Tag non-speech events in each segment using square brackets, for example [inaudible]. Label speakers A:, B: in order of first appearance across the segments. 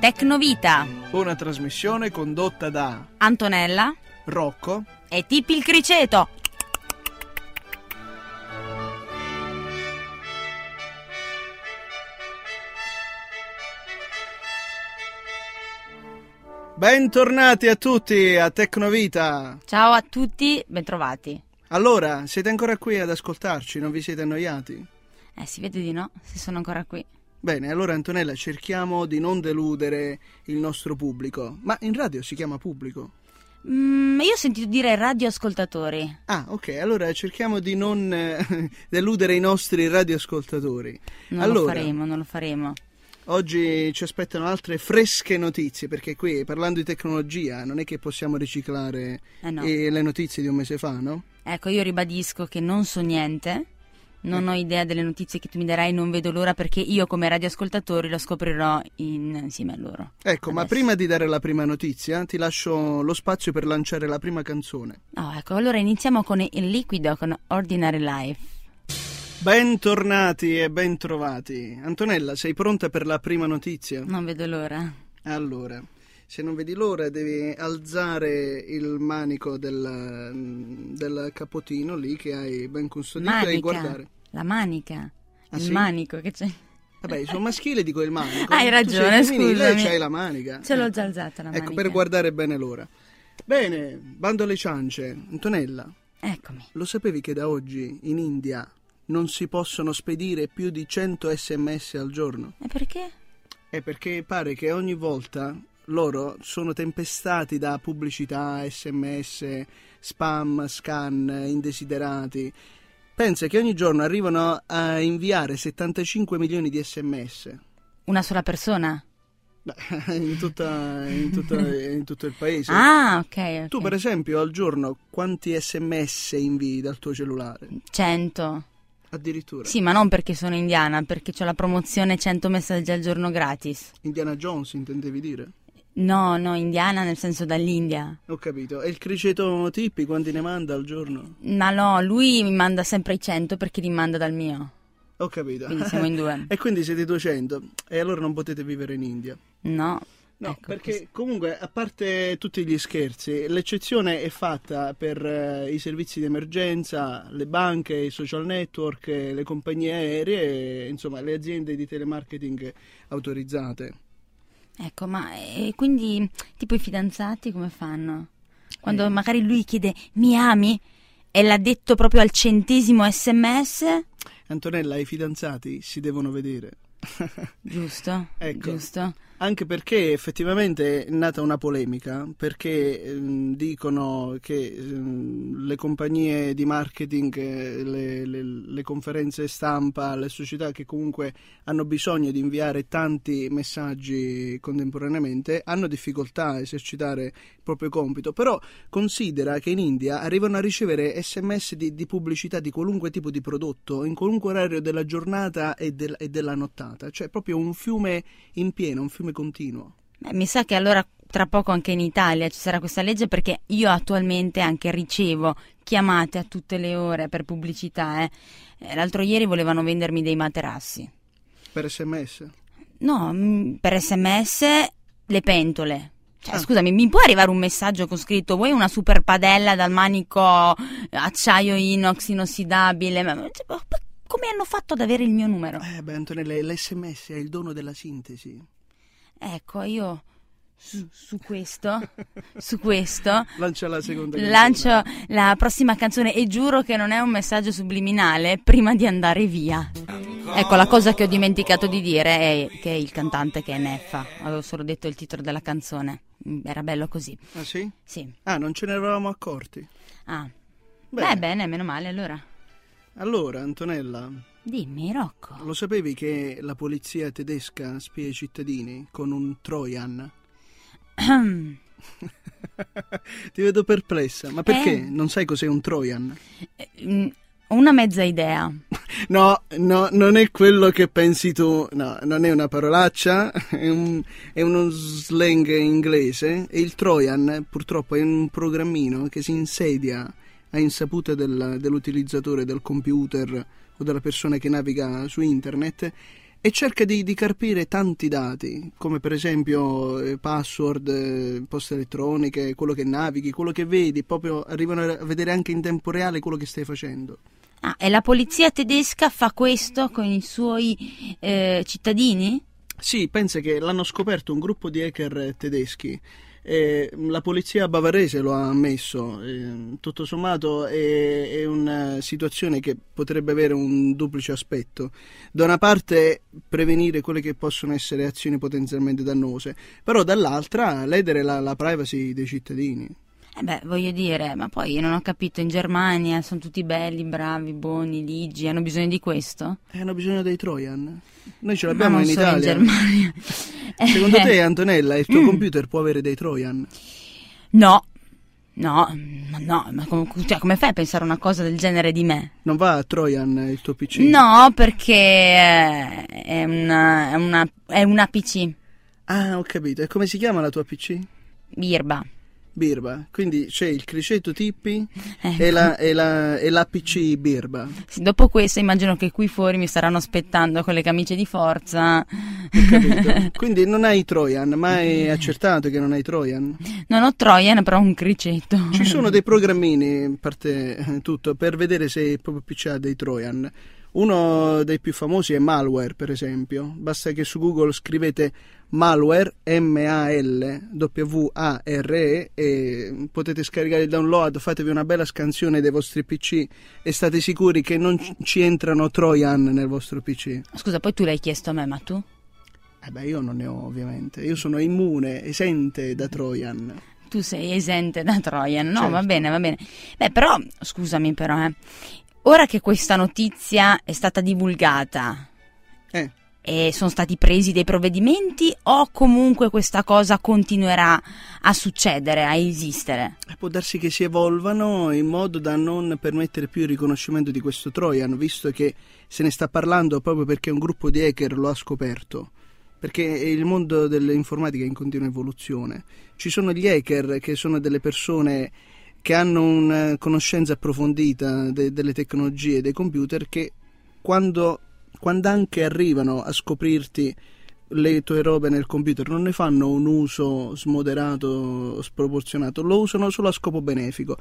A: Tecnovita,
B: Una trasmissione condotta da
A: Antonella
B: Rocco.
A: e Tippi il Criceto.
B: Bentornati a tutti a Tecnovita.
A: Ciao a tutti, bentrovati.
B: Allora, siete ancora qui ad ascoltarci? Non vi siete annoiati?
A: Eh, si vede di no, se sono ancora qui.
B: Bene, allora Antonella, cerchiamo di non deludere il nostro pubblico. Ma in radio si chiama pubblico.
A: Mm, io ho sentito dire radioascoltatori.
B: Ah, ok, allora cerchiamo di non eh, [laughs] deludere i nostri radioascoltatori.
A: Non lo
B: Allora.
A: faremo, non lo faremo.
B: Oggi ci aspettano altre fresche notizie, perché qui parlando di tecnologia non è che possiamo riciclare
A: Eh no.
B: eh, le notizie di un mese fa, no?
A: Ecco, io ribadisco che non so niente, non ho idea delle notizie che tu mi darai, non vedo l'ora perché io come radioascoltatori lo scoprirò in- insieme a loro.
B: Ecco, ma
A: Adesso.
B: prima di dare la prima notizia, ti lascio lo spazio per lanciare la prima canzone.
A: No, ecco, allora iniziamo con il liquido, con Ordinary Life.
B: Bentornati e bentrovati. Antonella, sei pronta per la prima notizia?
A: Non vedo l'ora.
B: Allora, se non vedi l'ora devi alzare il manico del, del capotino lì che hai ben custodito e guardare.
A: La manica.
B: Ah,
A: il
B: sì?
A: manico che c'è.
B: Vabbè, sono maschile dico il manico.
A: Hai ragione,
B: tu sei femminile e
A: scusami.
B: c'hai la manica.
A: Ce l'ho
B: Eh.
A: già alzata la manica.
B: Ecco, per guardare bene l'ora. Bene, bando alle ciance. Antonella,
A: Eccomi.
B: Lo sapevi che da oggi in India non si possono spedire più di 100 sms al giorno?
A: E perché?
B: È perché pare che ogni volta loro sono tempestati da pubblicità, sms, spam, scan, indesiderati. Pensa che ogni giorno arrivano a inviare 75 milioni di sms.
A: Una sola persona?
B: Beh, [laughs] In, tutta- in tutta- in tutto il paese.
A: Ah, ok. ok.
B: Tu, per esempio, al giorno quanti sms invii dal tuo cellulare?
A: 100.
B: Addirittura.
A: Sì, ma non perché sono indiana, perché ho la promozione 100 messaggi al giorno gratis.
B: Indiana Jones intendevi dire?
A: No, no, indiana nel senso dall'India.
B: Ho capito. E il criceto Tippi quanti ne manda al giorno?
A: Ma no, lui mi manda sempre i 100 perché li manda dal mio.
B: Ho capito.
A: Quindi siamo in due.
B: [laughs] e quindi siete 200 e allora non potete vivere in India.
A: No.
B: No,
A: Ecco,
B: perché
A: questo.
B: comunque, a parte tutti gli scherzi, l'eccezione è fatta per eh, i servizi di emergenza, le banche, i social network, eh, le compagnie aeree, insomma le aziende di telemarketing autorizzate.
A: Ecco, ma e quindi tipo i fidanzati come fanno? Quando magari lui chiede mi ami e l'ha detto proprio al centesimo sms,
B: Antonella, i fidanzati si devono vedere. [laughs]
A: giusto?
B: Ecco.
A: Giusto?
B: Anche perché effettivamente è nata una polemica, perché ehm, dicono che ehm, le compagnie di marketing, eh, le, le- le conferenze stampa, le società che comunque hanno bisogno di inviare tanti messaggi contemporaneamente, hanno difficoltà a esercitare il proprio compito. Però considera che in India arrivano a ricevere sms di, di pubblicità di qualunque tipo di prodotto, in qualunque orario della giornata e, del- e della nottata, cioè proprio un fiume in pieno, un fiume continuo.
A: Beh, mi sa che allora tra poco anche in Italia ci sarà questa legge perché io attualmente anche ricevo chiamate a tutte le ore per pubblicità. eh. Eh, L'altro ieri volevano vendermi dei materassi.
B: Per sms.
A: No, mm, per sms le pentole. Cioè,
B: Ah.
A: scusami, mi può arrivare un messaggio con scritto vuoi una super padella dal manico eh, acciaio inox inossidabile? Ma- ma- cioè, ma- ma Come hanno fatto ad avere il mio numero?
B: Eh beh, Antonella, l'SMS è il dono della sintesi.
A: Ecco, io su, su questo, su questo
B: Lancia la seconda canzone.
A: lancio la prossima canzone e giuro che non è un messaggio subliminale prima di andare via. Ecco, la cosa che ho dimenticato di dire è che il cantante che è Neffa, avevo solo detto il titolo della canzone. Mm, Era bello così.
B: Ah sì?
A: Sì.
B: Ah, non ce ne eravamo accorti.
A: Ah.
B: Bene.
A: Beh, bene, meno male allora.
B: Allora, Antonella,
A: Dimmi, Rocco.
B: lo sapevi che la polizia tedesca spia i cittadini con un Trojan? [laughs]
A: Eh,
B: Ti vedo perplessa, ma perché?
A: Eh.
B: Non sai cos'è un Trojan?
A: mm, Ho una mezza idea.
B: No, no, non è quello che pensi tu, no, non è una parolaccia, è, un- è uno slang inglese e il Trojan purtroppo è un programmino che si insedia a insaputa del- dell'utilizzatore del computer o della persona che naviga su internet e cerca di, di carpire tanti dati, come per esempio eh, password, eh, poste elettroniche, quello che navighi, quello che vedi, proprio arrivano a vedere anche in tempo reale quello che stai facendo.
A: Ah, e la polizia tedesca fa questo con i suoi eh, cittadini?
B: Sì, pensa che l'hanno scoperto un gruppo di hacker tedeschi. Eh, la polizia bavarese lo ha ammesso, eh, tutto sommato è, è, una situazione che potrebbe avere un duplice aspetto. Da una parte prevenire quelle che possono essere azioni potenzialmente dannose, però dall'altra ledere la, la privacy dei cittadini.
A: Eh beh, voglio dire, ma poi io non ho capito, in Germania sono tutti belli, bravi, buoni, ligi, hanno bisogno di questo?
B: Eh, hanno bisogno dei Trojan. Noi ce l'abbiamo in Italia.
A: in Germania.
B: [laughs]
A: Eh,
B: Secondo
A: [laughs]
B: te, Antonella,
A: [clears throat]
B: il tuo computer può avere dei Trojan?
A: No. No, ma no, ma com- cioè, come fai a pensare una cosa del genere di me?
B: Non va a Trojan il tuo PC?
A: No, perché eh, è una, è una, è una PC,
B: Ah, ho capito. E come si chiama la tua PC?
A: birba.
B: Birba. Quindi c'è il criceto Tippi e, la, e, la, e l'APC Birba.
A: Eh, Sì, Dopo questo immagino che qui fuori mi staranno aspettando con le camicie di forza.
B: Ho capito. Quindi non hai i Trojan, ma hai accertato che non hai i Trojan?
A: Non ho Trojan, però ho un criceto.
B: Ci sono dei programmini, a parte tutto, per vedere se il proprio PC ha dei Trojan. Uno dei più famosi è malware, per esempio. Basta che su Google scrivete malware, M-A-L-W-A-R-E, e potete scaricare il download, fatevi una bella scansione dei vostri PC e state sicuri che non ci entrano Trojan nel vostro PC.
A: Scusa, poi tu l'hai chiesto a me, ma tu?
B: Eh beh, io non ne ho ovviamente, io sono immune, esente da Trojan.
A: Tu sei esente da Trojan, no?
B: Certo.
A: Va bene, va bene. Beh, però, scusami però, eh. Ora che questa notizia è stata divulgata
B: Eh.
A: e sono stati presi dei provvedimenti o comunque questa cosa continuerà a succedere, a esistere?
B: Eh, Può darsi che si evolvano in modo da non permettere più il riconoscimento di questo Trojan, visto che se ne sta parlando proprio perché un gruppo di hacker lo ha scoperto. Perché il mondo dell'informatica è in continua evoluzione. Ci sono gli hacker che sono delle persone che hanno una conoscenza approfondita de- delle tecnologie e dei computer che quando, quando anche arrivano a scoprirti le tue robe nel computer non ne fanno un uso smoderato, sproporzionato, lo usano solo a scopo benefico,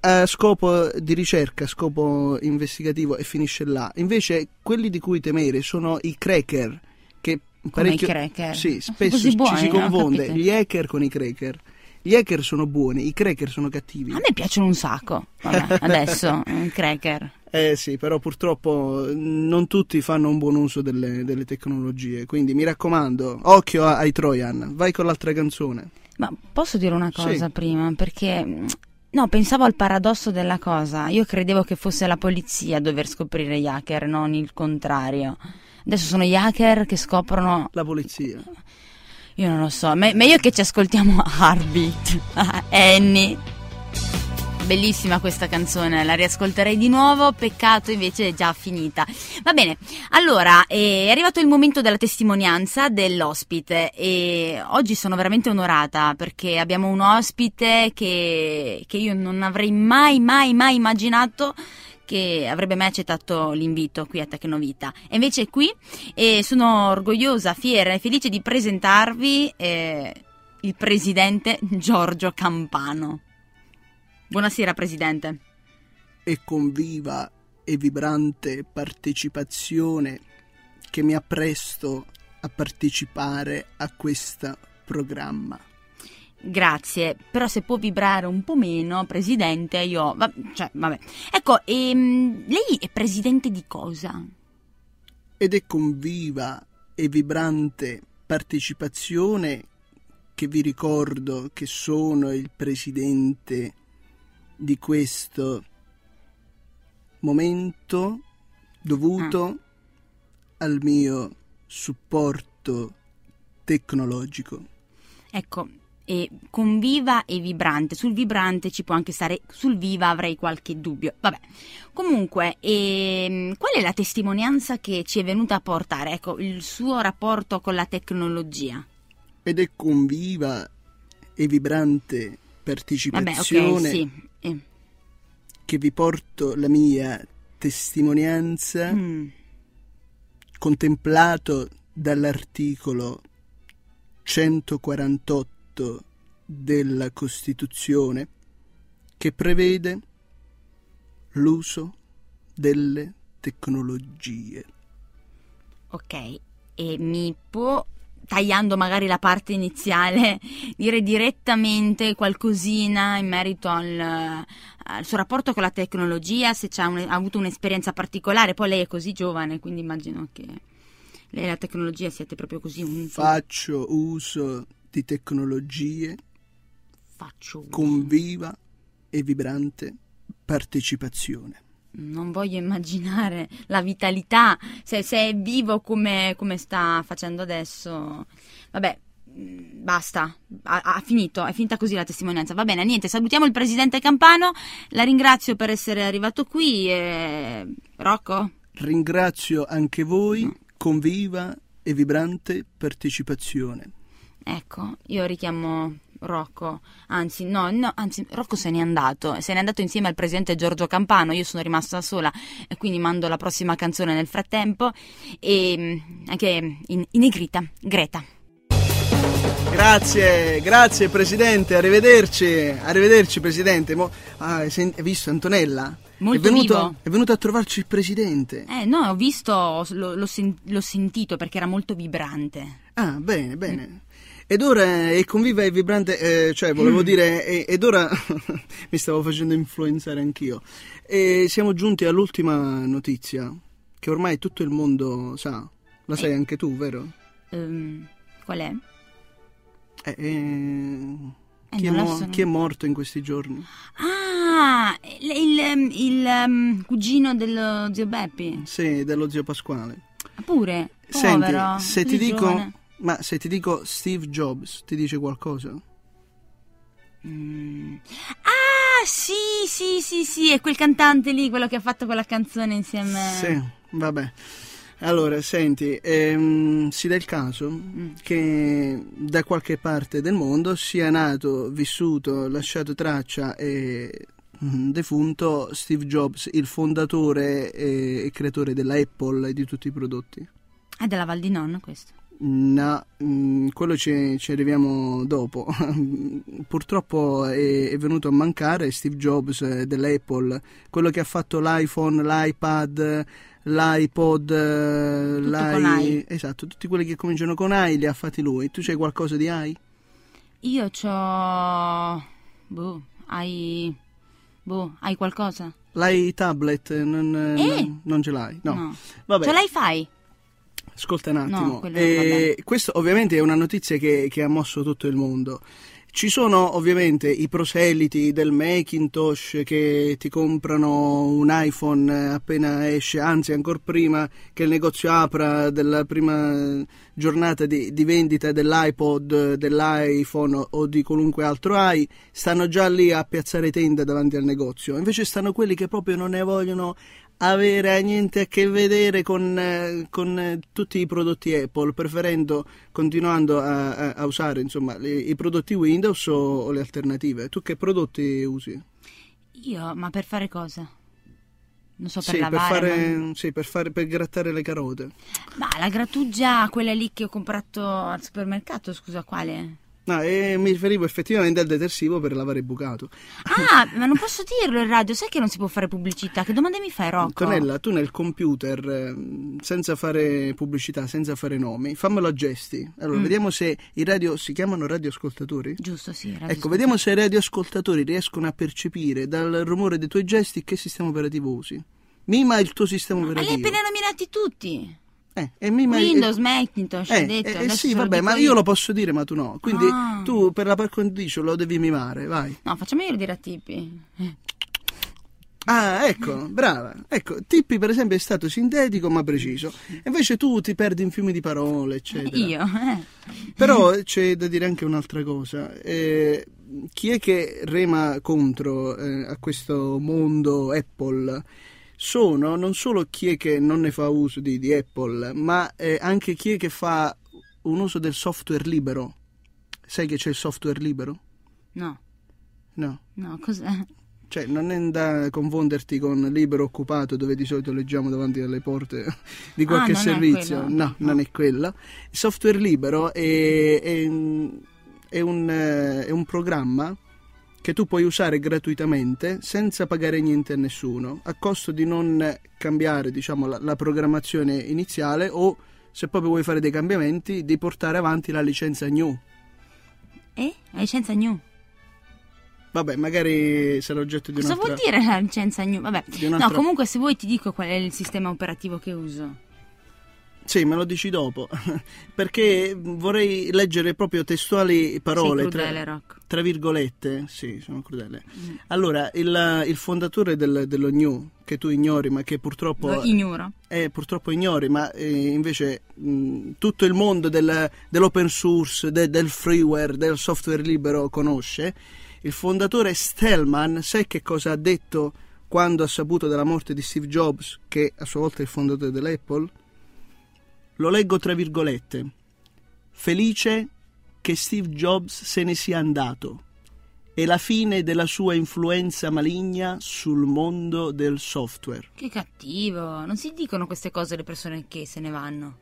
B: a scopo di ricerca, a scopo investigativo e finisce là. Invece quelli di cui temere sono i cracker, che
A: Come i
B: parecchio-
A: cracker?
B: Sì,
A: Eh, Sono
B: spesso
A: così
B: ci
A: buoni,
B: si
A: ho
B: confonde
A: capito.
B: gli hacker con i cracker. Gli hacker sono buoni, i cracker sono cattivi.
A: A me piacciono un sacco.
B: [laughs]
A: Vabbè, adesso, un cracker.
B: Eh sì, però purtroppo mh, non tutti fanno un buon uso delle, delle tecnologie, quindi mi raccomando, occhio a- ai Trojan, vai con l'altra canzone.
A: Ma posso dire una
B: Sì.
A: cosa prima? Perché. mh, No, pensavo al paradosso della cosa. Io credevo che fosse la polizia a dover scoprire gli hacker, non il contrario. Adesso sono gli hacker che scoprono.
B: La polizia.
A: Io non lo so. Me- meglio che ci ascoltiamo [laughs] Heartbeat. Annie. Bellissima questa canzone, la riascolterei di nuovo, peccato invece è già finita. Va bene, allora eh, è arrivato il momento della testimonianza dell'ospite e oggi sono veramente onorata perché abbiamo un ospite che, che io non avrei mai, mai, mai immaginato che avrebbe mai accettato l'invito qui a Tecnovita. E invece è qui e sono orgogliosa, fiera e felice di presentarvi eh, il presidente Giorgio Campano. Buonasera Presidente.
B: e con viva e vibrante partecipazione che mi appresto a partecipare a questo programma.
A: Grazie, però se può vibrare un po' meno, Presidente, io... va- cioè, vabbè. Ecco, ehm, lei è Presidente di cosa?
B: Ed è con viva e vibrante partecipazione che vi ricordo che sono il presidente di questo momento dovuto
A: Ah.
B: al mio supporto tecnologico.
A: Ecco, e con viva e vibrante. Sul vibrante ci può anche stare, sul viva avrei qualche dubbio. Vabbè. Comunque, ehm, qual è la testimonianza che ci è venuta a portare? Ecco, il suo rapporto con la tecnologia.
B: ed è con viva e vibrante
A: Vabbè, ok,
B: partecipazione
A: sì. Eh,
B: Eh? che vi porto la mia testimonianza
A: mm.
B: contemplato dall'articolo 148 della Costituzione che prevede l'uso delle tecnologie.
A: Ok, e mi può, tagliando magari la parte iniziale, [laughs] dire direttamente qualcosina in merito al, al suo rapporto con la tecnologia, se un, ha avuto un'esperienza particolare, poi lei è così giovane, quindi immagino che lei e la tecnologia siete proprio così uniti.
B: Faccio uso di tecnologie
A: Faccio uso.
B: con viva e vibrante partecipazione.
A: Non voglio immaginare la vitalità, se, se è vivo come, come sta facendo adesso. Vabbè, mh, basta, ha, ha finito, è finita così la testimonianza. Va bene, niente, salutiamo il presidente Campano, la ringrazio per essere arrivato qui. E... Rocco?
B: Ringrazio anche voi con viva e vibrante partecipazione.
A: Ecco, io richiamo Rocco, anzi no, no, anzi Rocco se n'è andato, se n'è andato insieme al presidente Giorgio Campano, io sono rimasta sola e quindi mando la prossima canzone nel frattempo e mm, anche in, in negrita, Greta.
B: Grazie, grazie Presidente, arrivederci, arrivederci Presidente. Mo- ah, hai sen- hai visto Antonella?
A: Molto
B: è venuto,
A: vivo.
B: È venuto a trovarci il Presidente.
A: Eh no, ho visto, lo- l'ho, sen- l'ho sentito perché era molto vibrante.
B: Ah, bene, bene. Ed ora è conviva e vibrante, eh, cioè
A: Mm.
B: volevo dire, e- ed ora [laughs] mi stavo facendo influenzare anch'io. E siamo giunti all'ultima notizia, che ormai tutto il mondo sa. La
A: Eh.
B: sai anche tu, vero?
A: Ehm, qual è?
B: Eh, eh,
A: Eh,
B: chi, è
A: non la
B: mo-
A: so.
B: chi è morto in questi giorni?
A: Ah, il, il- il, ehm, cugino dello zio Beppi. Ah,
B: Sì, dello zio Pasquale.
A: Pure,
B: Senti,
A: povero,
B: se ti
A: così
B: dico,
A: giovane.
B: ma se ti dico Steve Jobs, ti dice qualcosa?
A: Mm. Ah, sì, sì, sì, sì, è quel cantante lì, quello che ha fatto quella canzone insieme.
B: Sì, vabbè. Allora, senti, ehm, si dà il caso
A: Mm.
B: che da qualche parte del mondo sia nato, vissuto, lasciato traccia e mm, defunto Steve Jobs, il fondatore e, e creatore della Apple e di tutti i prodotti.
A: È Ah, della Val di Nonno questo.
B: No, mm, quello ci, ci arriviamo dopo. [laughs] Purtroppo è, è venuto a mancare Steve Jobs eh, dell'Apple, quello che ha fatto l'iPhone, l'iPad, l'iPod, eh,
A: Tutto
B: l'i-
A: con i.
B: Esatto, tutti quelli che cominciano con i li ha fatti lui. Tu c'hai qualcosa di i?
A: Io c'ho... Boh, hai... Boh, hai qualcosa?
B: L'hai tablet? Non, eh,
A: Eh?
B: non- non ce l'hai? No. Vabbè.
A: Ce l'hai fai?
B: Ascolta un attimo,
A: No, quello-
B: Eh, questa ovviamente è una notizia che, che ha mosso tutto il mondo. Ci sono ovviamente i proseliti del Macintosh che ti comprano un iPhone appena esce, anzi ancora prima che il negozio apra della prima giornata di, di vendita dell'iPod, dell'iPhone o- o di qualunque altro hai, stanno già lì a piazzare tenda davanti al negozio. Invece stanno quelli che proprio non ne vogliono avere niente a che vedere con, eh, con, eh, tutti i prodotti Apple, preferendo continuando a, a- a usare insomma le- i prodotti Windows o, o le alternative. Tu che prodotti usi?
A: Io, ma per fare cosa? Non so, per
B: sì, per
A: lavare...
B: fare,
A: ma-
B: sì, per fare per grattare le carote.
A: Ma la grattugia, quella lì che ho comprato al supermercato, scusa, quale?
B: No, e mi riferivo effettivamente al detersivo per lavare il bucato.
A: Ah, ma non posso dirlo in radio, sai che non si può fare pubblicità? Che domande mi fai, Rocco?
B: Antonella, tu nel computer, ehm, senza fare pubblicità, senza fare nomi, fammelo a gesti.
A: Mm.
B: Allora, vediamo se i radio si chiamano radioascoltatori?
A: Giusto, sì, radio
B: Ecco, vediamo se i radioascoltatori riescono a percepire dal rumore dei tuoi gesti che sistema operativo usi. Mima il tuo sistema
A: Ma li hai
B: operativo.
A: appena nominati tutti.
B: Eh, e mima il-
A: Windows, Macintosh,
B: Eh,
A: ho detto.
B: eh, eh,
A: adesso
B: sì,
A: te lo
B: vabbè,
A: dico
B: ma io lo posso dire, ma tu no. Quindi
A: Ah.
B: tu per la par condicio lo devi mimare, vai.
A: No, facciamo io dire a Tipi.
B: Eh, Ah,
A: [laughs]
B: ecco, brava. Ecco, Tippi per esempio è stato sintetico ma preciso. Invece tu ti perdi in fiumi di parole, eccetera.
A: Io, eh.
B: Però c'è da dire anche un'altra cosa. Eh, chi è che rema contro eh, a questo mondo Apple? Sono non solo chi è che non ne fa uso di, di Apple, ma eh, anche chi è che fa un uso del software libero. Sai che c'è il software libero?
A: No,
B: No.
A: no, cos'è?
B: Cioè, non è da confonderti con libero occupato, dove di solito leggiamo davanti alle porte [laughs] di qualche
A: Ah, non è
B: servizio.
A: quello.
B: no, non è quella. Il software libero è, è- è un, eh, è un programma che tu puoi usare gratuitamente senza pagare niente a nessuno, a costo di non cambiare diciamo, la, la programmazione iniziale o, se proprio vuoi fare dei cambiamenti, di portare avanti la licenza new.
A: Eh? La licenza new.
B: Vabbè, magari sarà oggetto di
A: Cosa
B: un'altra...
A: vuol dire la licenza new? Vabbè.
B: di
A: No,
B: un'altra-
A: comunque se vuoi ti dico qual è il sistema operativo che uso.
B: Sì, me lo dici dopo, [laughs] perché vorrei leggere proprio testuali parole,
A: Sei crudele, Mm.
B: tra,
A: Rock.
B: tra virgolette. Sì, sono crudele. Allora, il, il fondatore del- dello New, che tu ignori, ma che purtroppo...
A: Lo ignoro.
B: eh, purtroppo ignori, ma eh, invece mh, tutto il mondo del- dell'open source, de- del freeware, del software libero conosce. Il fondatore Stellman, sai che cosa ha detto quando ha saputo della morte di Steve Jobs, che a sua volta è il fondatore dell'Apple? Lo leggo tra virgolette. Felice che Steve Jobs se ne sia andato. È la fine della sua influenza maligna sul mondo del software.
A: Che cattivo. Non si dicono queste cose alle persone che se ne vanno.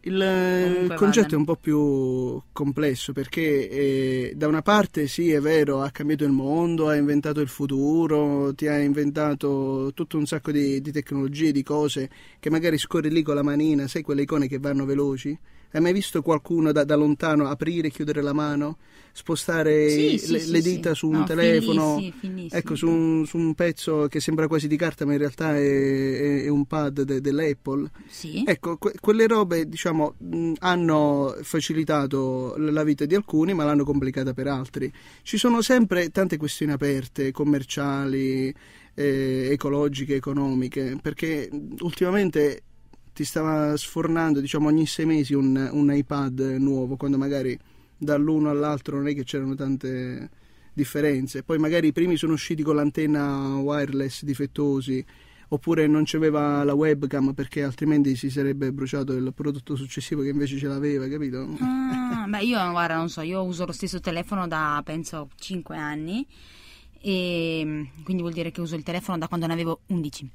B: Il eh,
A: Comunque
B: concetto
A: vada.
B: è un po' più complesso perché eh, da una parte sì è vero ha cambiato il mondo, ha inventato il futuro, ti ha inventato tutto un sacco di, di tecnologie, di cose che magari scorri lì con la manina, sai quelle icone che vanno veloci? Hai mai visto qualcuno da, da lontano aprire e chiudere la mano, spostare
A: Sì,
B: i-
A: sì,
B: Eh, le,
A: sì,
B: le
A: sì.
B: dita su un
A: No,
B: telefono?
A: finissimi, finissimi.
B: Ecco, su un, su un pezzo che sembra quasi di carta ma in realtà è, è- è un pad de- dell'Apple.
A: Sì.
B: Ecco, que- quelle robe, diciamo, mh, hanno facilitato l- la vita di alcuni, ma l'hanno complicata per altri. Ci sono sempre tante questioni aperte, commerciali, eh, ecologiche, economiche, perché mh, ultimamente ti stava sfornando, diciamo, ogni sei mesi un, un iPad nuovo, quando magari dall'uno all'altro non è che c'erano tante differenze. Poi magari i primi sono usciti con l'antenna wireless difettosi, oppure non c'aveva la webcam perché altrimenti si sarebbe bruciato il prodotto successivo che invece ce l'aveva, capito?
A: Ah, beh, io guarda, non so, io uso lo stesso telefono da penso 5 anni. E mm, quindi vuol dire che uso il telefono da quando ne avevo 11.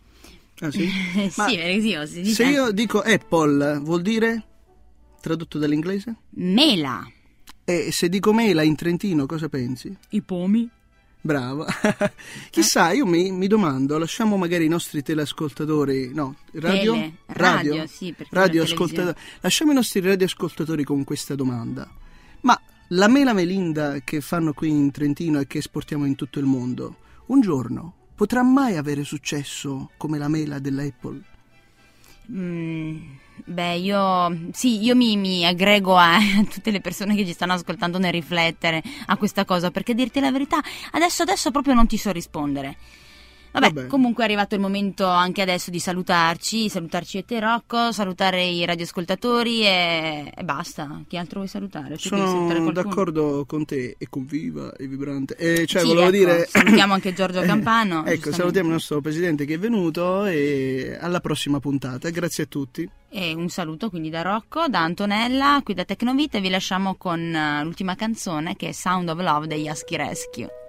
B: Ah, sì?
A: Eh,
B: Ma
A: sì, perché sì, io si dice
B: Se io dico Apple vuol dire tradotto dall'inglese?
A: mela.
B: E se dico mela in trentino cosa pensi?
A: I pomi?
B: Bravo. [laughs] Chissà, io mi, mi domando, lasciamo magari i nostri teleascoltatori, no, radio?
A: Tele, radio, sì, perché
B: Radio
A: la televisione-
B: ascoltato- Lasciamo i nostri radioascoltatori con questa domanda. Ma la mela melinda che fanno qui in Trentino e che esportiamo in tutto il mondo, un giorno potrà mai avere successo come la mela dell'Apple?
A: Mm, beh, io sì, io mi, mi aggrego a, [laughs] a tutte le persone che ci stanno ascoltando nel riflettere a questa cosa, perché a dirti la verità, adesso adesso proprio non ti so rispondere. Vabbè,
B: Vabbè.
A: comunque è arrivato il momento anche adesso di salutarci, salutarci e te Rocco, salutare i radioascoltatori e, e basta. Chi altro vuoi salutare? Cioè, devi salutare
B: Sono
A: qualcuno?
B: d'accordo con te, è conviva, è vibrante. Eh, cioè,
A: Sì,
B: volevo
A: ecco,
B: dire...
A: salutiamo anche
B: [coughs]
A: Giorgio Campano,
B: ecco,
A: giustamente.
B: salutiamo il nostro presidente che è venuto e alla prossima puntata. Grazie a tutti.
A: E un saluto quindi da Rocco, da Antonella, qui da Tecnovita e vi lasciamo con eh, l'ultima canzone che è Sound of Love degli Husky Rescue.